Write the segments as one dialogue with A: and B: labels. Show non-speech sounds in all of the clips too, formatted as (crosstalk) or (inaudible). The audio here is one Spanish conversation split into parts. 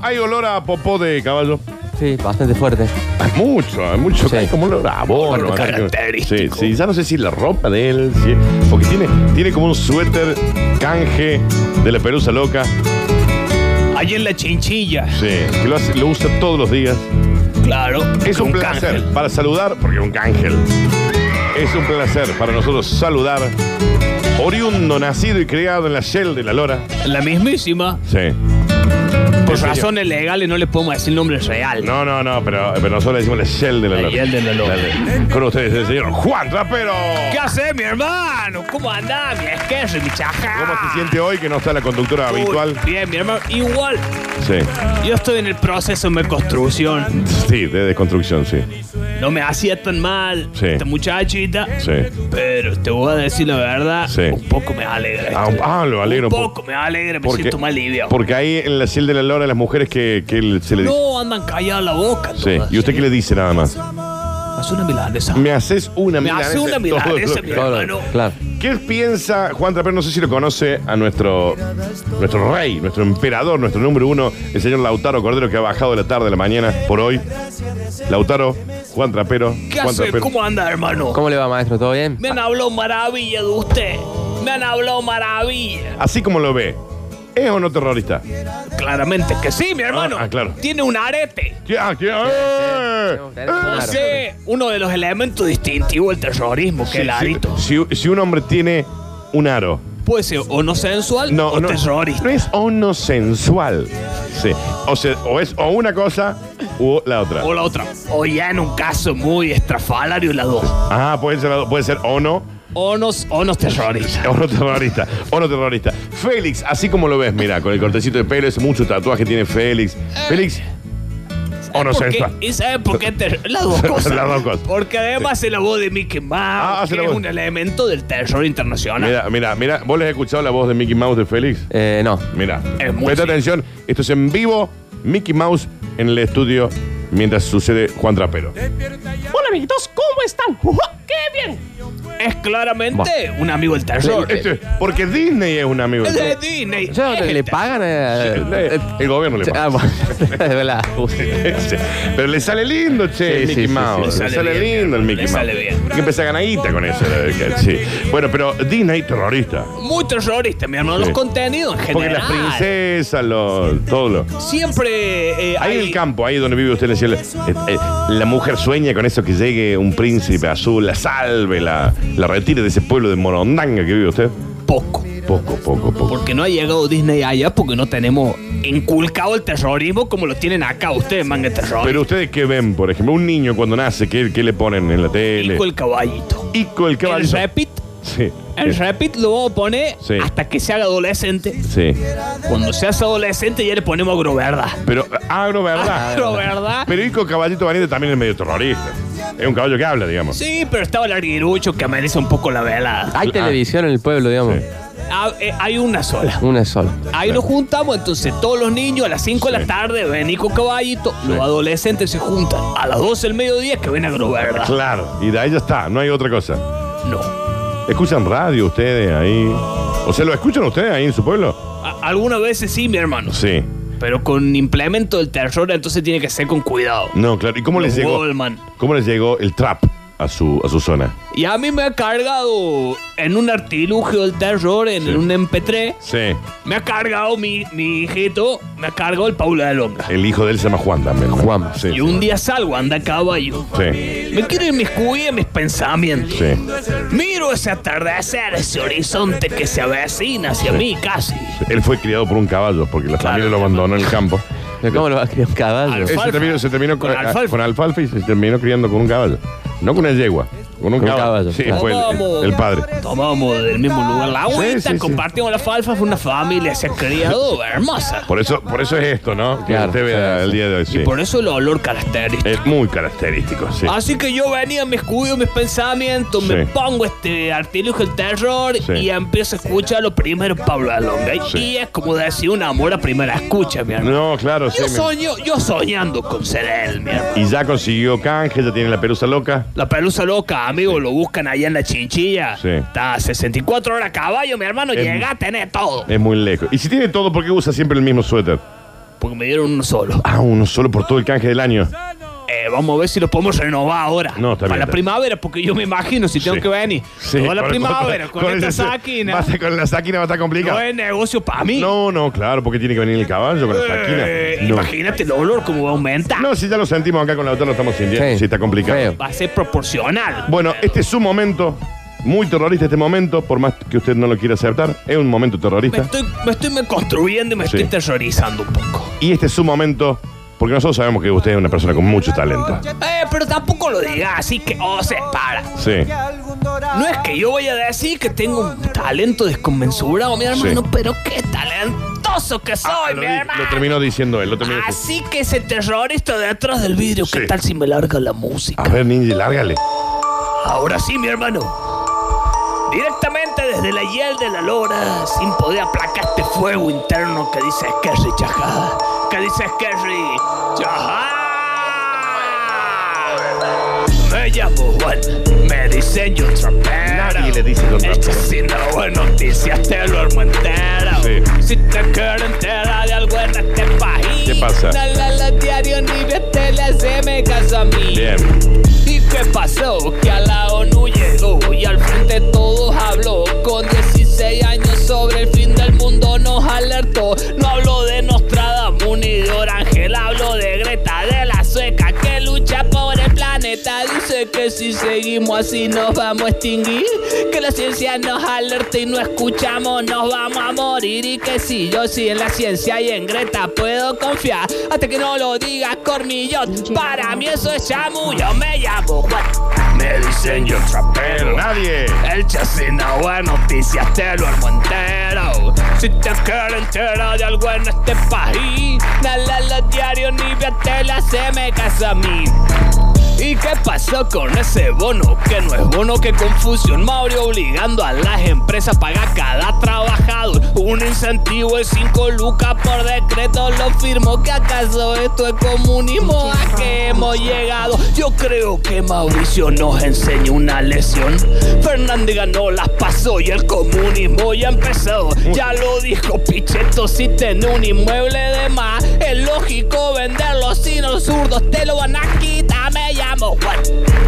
A: Hay olor a popó de caballo.
B: Sí, bastante fuerte.
A: Hay mucho, hay mucho.
B: Sí.
A: Hay como olor a abono.
C: Olor
A: así que-
C: característico.
A: Sí, sí, ya no sé si la ropa de él, si porque tiene, tiene como un suéter canje de la perusa loca.
C: Ahí en la chinchilla.
A: Sí, que lo, hace- lo usa todos los días.
C: Claro.
A: Es un placer
C: cángel.
A: para saludar, porque es un cángel. Es un placer para nosotros saludar. Oriundo, nacido y criado en la Shell de la Lora.
C: La mismísima.
A: Sí.
C: Por
A: Sí, señor.
C: razones legales no le podemos decir nombre real.
A: No, no, no, pero, pero nosotros le decimos la Shell de la
C: La
A: Lora.
C: Shell de la Lora.
A: Dale. Con ustedes el señor Juan Trapero.
C: ¿Qué hace mi hermano? ¿Cómo anda? Mi esquerdo, mi chaja.
A: ¿Cómo se siente hoy que no está la conductora
C: Uy,
A: habitual?
C: Bien, mi hermano. Igual.
A: Sí.
C: Yo estoy en el proceso de construcción.
A: Sí, de desconstrucción, sí.
C: No me hacía tan mal
A: Sí.
C: esta muchachita.
A: Sí.
C: Pero te voy a decir la verdad.
A: Sí.
C: Un poco me alegra.
A: Ah,
C: esto.
A: ah, lo alegro
C: Un
A: por-
C: poco me alegra. Me siento más liviado.
A: porque ahí en la Shell de la Lora las mujeres que, que se le dice.
C: No andan calladas la boca.
A: Sí.
C: todas,
A: ¿Y usted qué le dice nada más?
C: Hace una milanesa.
A: Me haces una
C: Me hace una
A: milanesa todo
C: milanesa,
A: lo
C: mi
A: que-
C: hermano.
B: Claro.
A: ¿Qué piensa Juan Trapero? No sé si lo conoce a nuestro, nuestro rey, nuestro emperador, nuestro número uno, el señor Lautaro Cordero, que ha bajado de la tarde a la mañana por hoy. Lautaro, Juan Trapero,
C: ¿Qué
A: Juan
C: hace?
A: Trapero.
C: ¿Cómo anda, hermano?
B: ¿Cómo le va, maestro? ¿Todo bien?
C: Me han hablado maravilla de usted. Me han hablado maravilla.
A: Así como lo ve, ¿es o no terrorista?
C: Claramente que sí, mi hermano.
A: ah, claro.
C: Tiene un arete.
A: ¿Qué- ah, qué- eh,
B: sí, sí,
A: eh,
B: claro.
C: No sé, uno de los elementos distintivos del terrorismo, que es el arito.
A: Si, si- si un hombre tiene un aro,
C: Puede ser o no sensual
A: no,
C: o
A: no,
C: terrorista.
A: no es o no sensual. Sí. O, sea, o es o una cosa u la otra.
C: O la otra. O ya en un caso muy estrafalario, las dos.
A: Ah, puede ser, la do- puede ser o no.
C: O nos, o nos terrorista.
A: O no terrorista, o no terrorista. Félix, así como lo ves, mira, con el cortecito de pelo, ese mucho tatuaje tiene Félix. Félix, o no
C: Porque-
A: sensual.
C: ¿Y sabes por qué? ter- las dos
A: (laughs)
C: cosas.
A: Las dos cosas.
C: Porque además hace la voz de Mickey Mouse,
A: Ah, hace
C: que
A: la
C: es
A: voz.
C: un elemento del terror internacional.
A: Mira, mira, mira, ¿vos les has escuchado la voz de Mickey Mouse de Félix?
B: Eh, no.
A: Mira,
C: Es muy
A: presta
C: sí.
A: atención, esto es en vivo, Mickey Mouse en el estudio mientras sucede Juan Trapero.
D: Hola amiguitos, ¿cómo están? Ujá, ¡Qué bien!
C: Es claramente un amigo del terror.
A: Esto es- Este, porque Disney es un amigo.
C: Es de
A: El,
C: Disney.
B: Yo,
C: Es
B: ¿Le, le
C: el
B: pagan? eh, eh,
A: el gobierno le
B: che,
A: (laughs) paga.
B: ah, bueno, (laughs) es verdad. Uy.
A: Pero le sale lindo, che,
B: Sí,
A: el Mickey
B: sí, sí,
A: Mouse.
C: sí.
A: le
C: Le
A: sale
C: sale bien,
A: lindo el
C: le
A: Mickey Mouse.
C: sale bien.
A: Hay que empezar a ganar guita con eso. la verdad, Sí. Bueno, pero Disney terrorista.
C: Muy terrorista, mi hermano.
A: Sí.
C: Los contenidos en
A: Porque
C: general.
A: las princesas, los, todo lo.
C: Siempre eh,
A: Ahí en el
C: hay.
A: campo, ahí donde vive usted en el cielo, eh, eh, la mujer sueña con eso que llegue un príncipe azul, la salve, la, la retire de ese pueblo de Morondanga que vive usted.
C: poco.
A: Poco, poco, poco.
C: Porque no ha llegado Disney allá porque no tenemos inculcado el terrorismo como lo tienen acá ustedes, manga terror.
A: Pero ustedes qué ven, por ejemplo, un niño cuando nace, ¿qué, qué le ponen en la tele?
C: Pico el caballito.
A: Ico el caballo.
C: El repeat.
A: Sí.
C: El repeat lo vamos a poner
A: Sí.
C: hasta que se haga adolescente.
A: Sí.
C: Cuando seas adolescente ya le ponemos agroverdad.
A: Pero agro, ¿verdad?
C: Agroverdad.
A: Pero Ico Caballito Valiente también es medio terrorista. Es un caballo que habla, digamos.
C: Sí, pero estaba el arguirucho que amanece un poco la velada.
B: Hay
A: Ah.
B: televisión en el pueblo, digamos.
A: Sí.
C: Ah, eh, hay una sola.
B: Una sola.
C: Ahí nos juntamos, entonces todos los niños a las 5 de
A: Sí.
C: la tarde ven con caballito, los adolescentes se juntan a las 12 del mediodía que ven a Groverda.
A: Claro. Y de ahí ya está, no hay otra cosa.
C: No.
A: ¿Escuchan radio ustedes ahí? O sea, ¿lo escuchan ustedes ahí en su pueblo?
C: A- algunas veces sí, mi hermano,
A: Sí.
C: pero con implemento del terror entonces tiene que ser con cuidado.
A: No, claro. ¿Y cómo les
C: Los
A: llegó?
C: Goldman.
A: ¿Cómo les llegó el trap a su, a su zona?
C: Y a mí me ha cargado en un artilugio del terror, en
A: Sí.
C: un MP3,
A: Sí.
C: me ha cargado mi, mi hijito, me ha cargado el Paula de Longa.
A: El hijo de él se llama Juan también. ¿no? Ah,
B: Juan.
A: Sí.
C: Y un día salgo, anda a caballo.
A: Sí.
C: Me quiero inmiscuir en mis pensamientos.
A: Sí.
C: Miro ese atardecer, ese horizonte que se avecina hacia mí casi.
A: Él fue criado por un caballo porque la
C: Claro.
A: familia lo abandonó en el campo.
B: ¿Pero cómo lo va a criar un caballo?
A: Él se
C: Alfalfa.
A: terminó, se terminó con, ah,
C: Con alfalfa.
A: con alfalfa y se terminó criando con un caballo. No con una yegua, con un
B: Con un
A: caballo.
B: caballo,
A: Sí,
B: claro.
A: fue el, el padre.
C: Tomamos del mismo lugar la agüita,
A: sí, sí.
C: compartimos la falfa, fue una familia, se ha criado hermosa.
A: Por eso, por eso es esto, ¿no? Que
B: Claro,
A: usted ve
B: sí,
A: el
B: sí.
A: día de hoy. sí.
C: Y por Ah, eso el olor característico.
A: Es muy característico, sí.
C: Así que yo venía, me escudo mis pensamientos, me
A: Sí.
C: pongo este artilugio del terror
A: Sí.
C: y empiezo a escuchar lo primero Pablo Alonga. Y-
A: Sí.
C: Y es como decir un amor a primera escucha, mi hermano.
A: No, claro, sí.
C: Yo
A: me-
C: soño, yo soñando con ser él, mi hermano.
A: Y ya consiguió canje, ya tiene la perusa loca.
C: La pelusa loca, amigo, lo buscan allá en la chinchilla.
A: Sí.
C: Está a 64 horas a caballo, mi hermano,
A: Es- Eh.
C: llega a tener todo.
A: Es muy lejos. Y si tiene todo, ¿por qué usa siempre el mismo suéter?
C: porque me dieron uno solo.
A: Ah, uno solo por todo el canje del año.
C: Eh, vamos a ver si lo podemos renovar ahora.
A: No, está bien,
C: Para la
A: está bien.
C: primavera, porque yo me imagino si tengo
A: Sí.
C: que venir.
A: Sí,
C: toda la
A: con-
C: primavera, con, esta
A: el- va
C: saquina.
A: a ser- con la saquina va a estar
C: No
A: complicado.
C: es negocio para mí.
A: No, no, claro, porque tiene que venir el caballo con la saquina.
C: Eh,
A: No.
C: Imagínate el olor, cómo va a aumentar.
A: No, si ya lo sentimos acá con la otra, lo estamos sintiendo. Sí,
B: Sí.
A: está complicado.
B: Feo.
C: Va a ser proporcional.
A: Bueno, este es su momento. Muy terrorista este momento, por más que usted no lo quiera aceptar. Es un momento
C: Me
A: terrorista.
C: estoy, me estoy me construyendo y me
A: Sí.
C: estoy terrorizando un poco.
A: Y este es su momento, porque nosotros sabemos que usted es una persona con mucho talento.
C: Eh, pero tampoco lo digas, así que, oh, se para.
A: Sí.
C: No es que yo vaya a decir que tengo un talento desconmensurado, mi hermano,
A: Sí.
C: pero qué talentoso que soy,
A: Ah, lo,
C: mi
A: di-
C: hermano. Ah,
A: lo terminó diciendo él, lo terminó diciendo.
C: Así que ese terrorista detrás del vidrio, ¿qué
A: Sí.
C: tal si me larga la música?
A: A ver, Ninja, lárgale.
C: Ahora sí, mi hermano. Directamente desde la hiel de la lora, sin poder aplacar este fuego interno que dice Kerry Chajá. Que dice Kerry Chajá. Me llamo Juan, me dicen yo trapero.
A: Nadie le dice John Trapero.
C: Este sí no buen noticias, te lo armo entero.
A: Sí.
C: Si te quiero enterar de algo en este país.
A: ¿Qué pasa?
C: La, la, la, diario ni de tele, haceme caso a mí.
A: Bien.
C: ¿Y qué pasó? Que a la ONU llegó y al frente todos habló. Con 16 años sobre el fin del mundo nos alertó. No hablo de Nostradamus ni de Orangel, hablo de Greta de la Sueca que lucha por el planeta. Dice que si seguimos así nos vamos a extinguir. Que la ciencia nos alerta y no escuchamos, nos vamos a morir. Y que si yo sí en la ciencia y en Greta puedo confiar. Hasta que no lo diga Cormillot, para mí eso es chamu. Yo me llamo Juan, me dicen yo trapero.
A: Nadie.
C: El chasino buenas noticias te lo armo entero. Si te quieres enterar de algo en este país, dale a los diarios ni vea tela, se me casa a mí. ¿Y qué pasó con ese bono? Que no es bono, que confusión Mauro obligando a las empresas a pagar cada trabajador un incentivo de 5 lucas por decreto. Lo firmó que acaso esto es comunismo a que hemos llegado. Yo creo que Mauricio nos enseñó una lección. Fernández ganó las pasó y el comunismo ya empezó. Ya lo dijo Pichetto, si tenés un inmueble de más, es lógico venderlo si los zurdos te lo van a quitar. Me llamo Juan,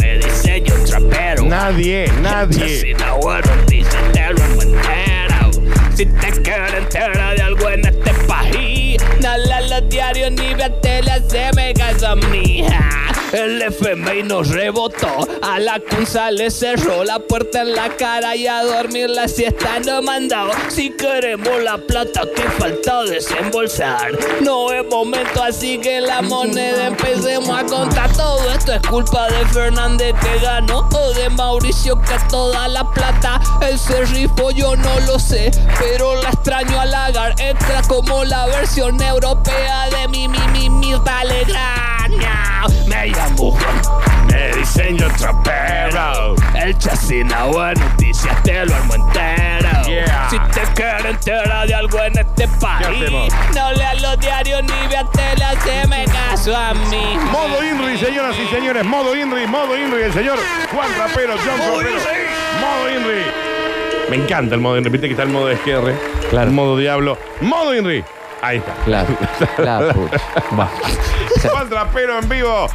C: me diseño un trapero.
A: Nadie,
C: Si
A: nadie.
C: no bueno, dice te lo hago entero. Si te quieres enterar de algo en este país, dale a los diarios ni ve tele, se me casa mija. El FMI nos rebotó, a la Kunza le cerró la puerta en la cara y a dormir la siesta no mandado. Si queremos la plata que falta desembolsar, no es momento así que la moneda empecemos a contar. Todo esto es culpa de Fernández que ganó o de Mauricio que toda la plata. El se rifó, yo no lo sé, pero la extraño al lagar. Extra como la versión europea de mi, mi, mi, mi, talegraña. Me llamo Juan.
A: Me diseño trapero.
C: El chasina buena noticias te lo armo entero.
A: Yeah.
C: Si te quieres enterar de algo en este
A: hacemos?
C: país, no leas los diarios ni veas tela, se me caso a mí.
A: Modo Inri, señoras y señores. Modo Inri, modo Inri. El señor Juan Trapero, John Trapero. Modo Inri. Me encanta el modo Inri. Viste que está el modo SQR.
B: Claro.
A: El modo Diablo. Modo Inri. Ahí está.
B: La, la puta. Va.
A: (laughs) Juan Trapero en vivo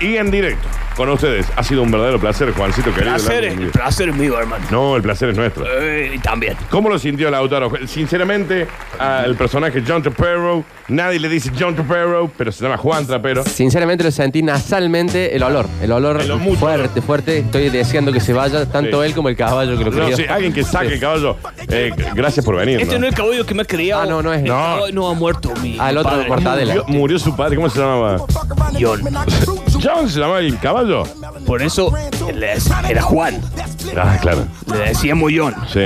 A: y en directo con ustedes. Ha sido un verdadero placer, Juancito querido.
C: Placer es, el placer es mío, hermano.
A: No, el placer es nuestro.
C: Eh, y también.
A: ¿Cómo lo sintió Lautaro? Sinceramente, al personaje John Trapero, nadie le dice John Trapero, pero se llama Juan Trapero.
B: Sinceramente lo sentí nasalmente el olor. El olor
A: El mucho
B: fuerte, fuerte. Estoy deseando que se vaya tanto
A: Sí.
B: él como el caballo que lo
A: No,
B: quería.
A: sí, alguien que saque el caballo. Eh, gracias por venir.
C: Este no es el caballo que me ha criado.
B: Ah, no, no es-
A: No.
C: No, no ha muerto mi.
B: Ah, el otro
C: padre.
B: mortadela.
A: murió, murió su padre, ¿cómo se llamaba?
C: Guión.
A: John se llamaba el caballo.
C: Por eso él es- era Juan.
A: Ah, claro.
C: Le decíamos John.
A: Sí.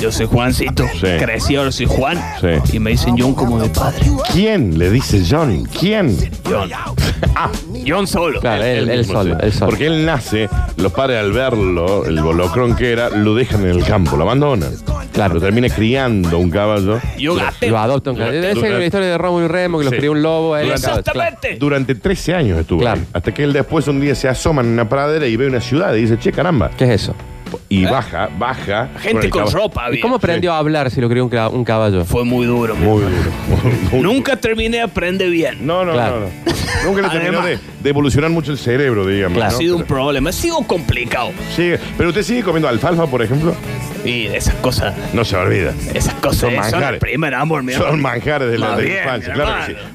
C: Yo soy Juancito.
A: Sí.
C: Crecí, ahora soy Juan.
A: Sí.
C: Y me dicen John como mi padre.
A: ¿Quién le dice John? ¿Quién?
B: (laughs)
C: John. Ah, John solo.
B: Claro, él, él,
A: mismo,
B: solo,
A: sí.
B: él solo.
A: Porque él nace, los padres al verlo, el bolocrón que era, lo dejan en el campo, lo abandonan.
B: Claro.
A: Lo termina criando un caballo.
C: Yo gaté.
B: Lo adoptan. claro.
A: Durante-
B: Esa es la
A: durante-
B: historia de Rómulo y Remo, que los
A: Sí.
B: crió un lobo. eh, él-
C: Exactamente.
A: Durante 13 años estuvo
B: Claro.
A: ahí. Hasta que él después un día se asoma en una pradera y ve una ciudad y dice, che, caramba,
B: ¿Qué es eso?
A: y baja, baja.
C: ¿Eh? Gente
A: el
C: con
A: caballo.
C: ropa,
B: ¿Y
C: había.
B: cómo aprendió a hablar si lo crió un, cra- un caballo?
C: Fue muy duro. mi
A: Muy
C: hermano.
A: duro. muy duro.
C: Nunca terminé de aprender bien.
A: No, no,
B: Claro.
A: no, no. Nunca le terminó
C: Además-
A: de, de evolucionar mucho el cerebro, digamos.
C: ha
A: ¿no?
C: sido un
A: Pero-
C: problema. Sigo complicado.
A: sigue. Pero usted sigue comiendo alfalfa, por ejemplo.
C: Y esas cosas,
A: No se olvida.
C: esas cosas
A: Son
C: eh, son, el
A: manjares.
C: primer amor, mi hermano.
A: Son manjares de la,
C: Más
A: de la
C: bien,
A: infancia,
C: mi
A: claro que sí.
C: hermano.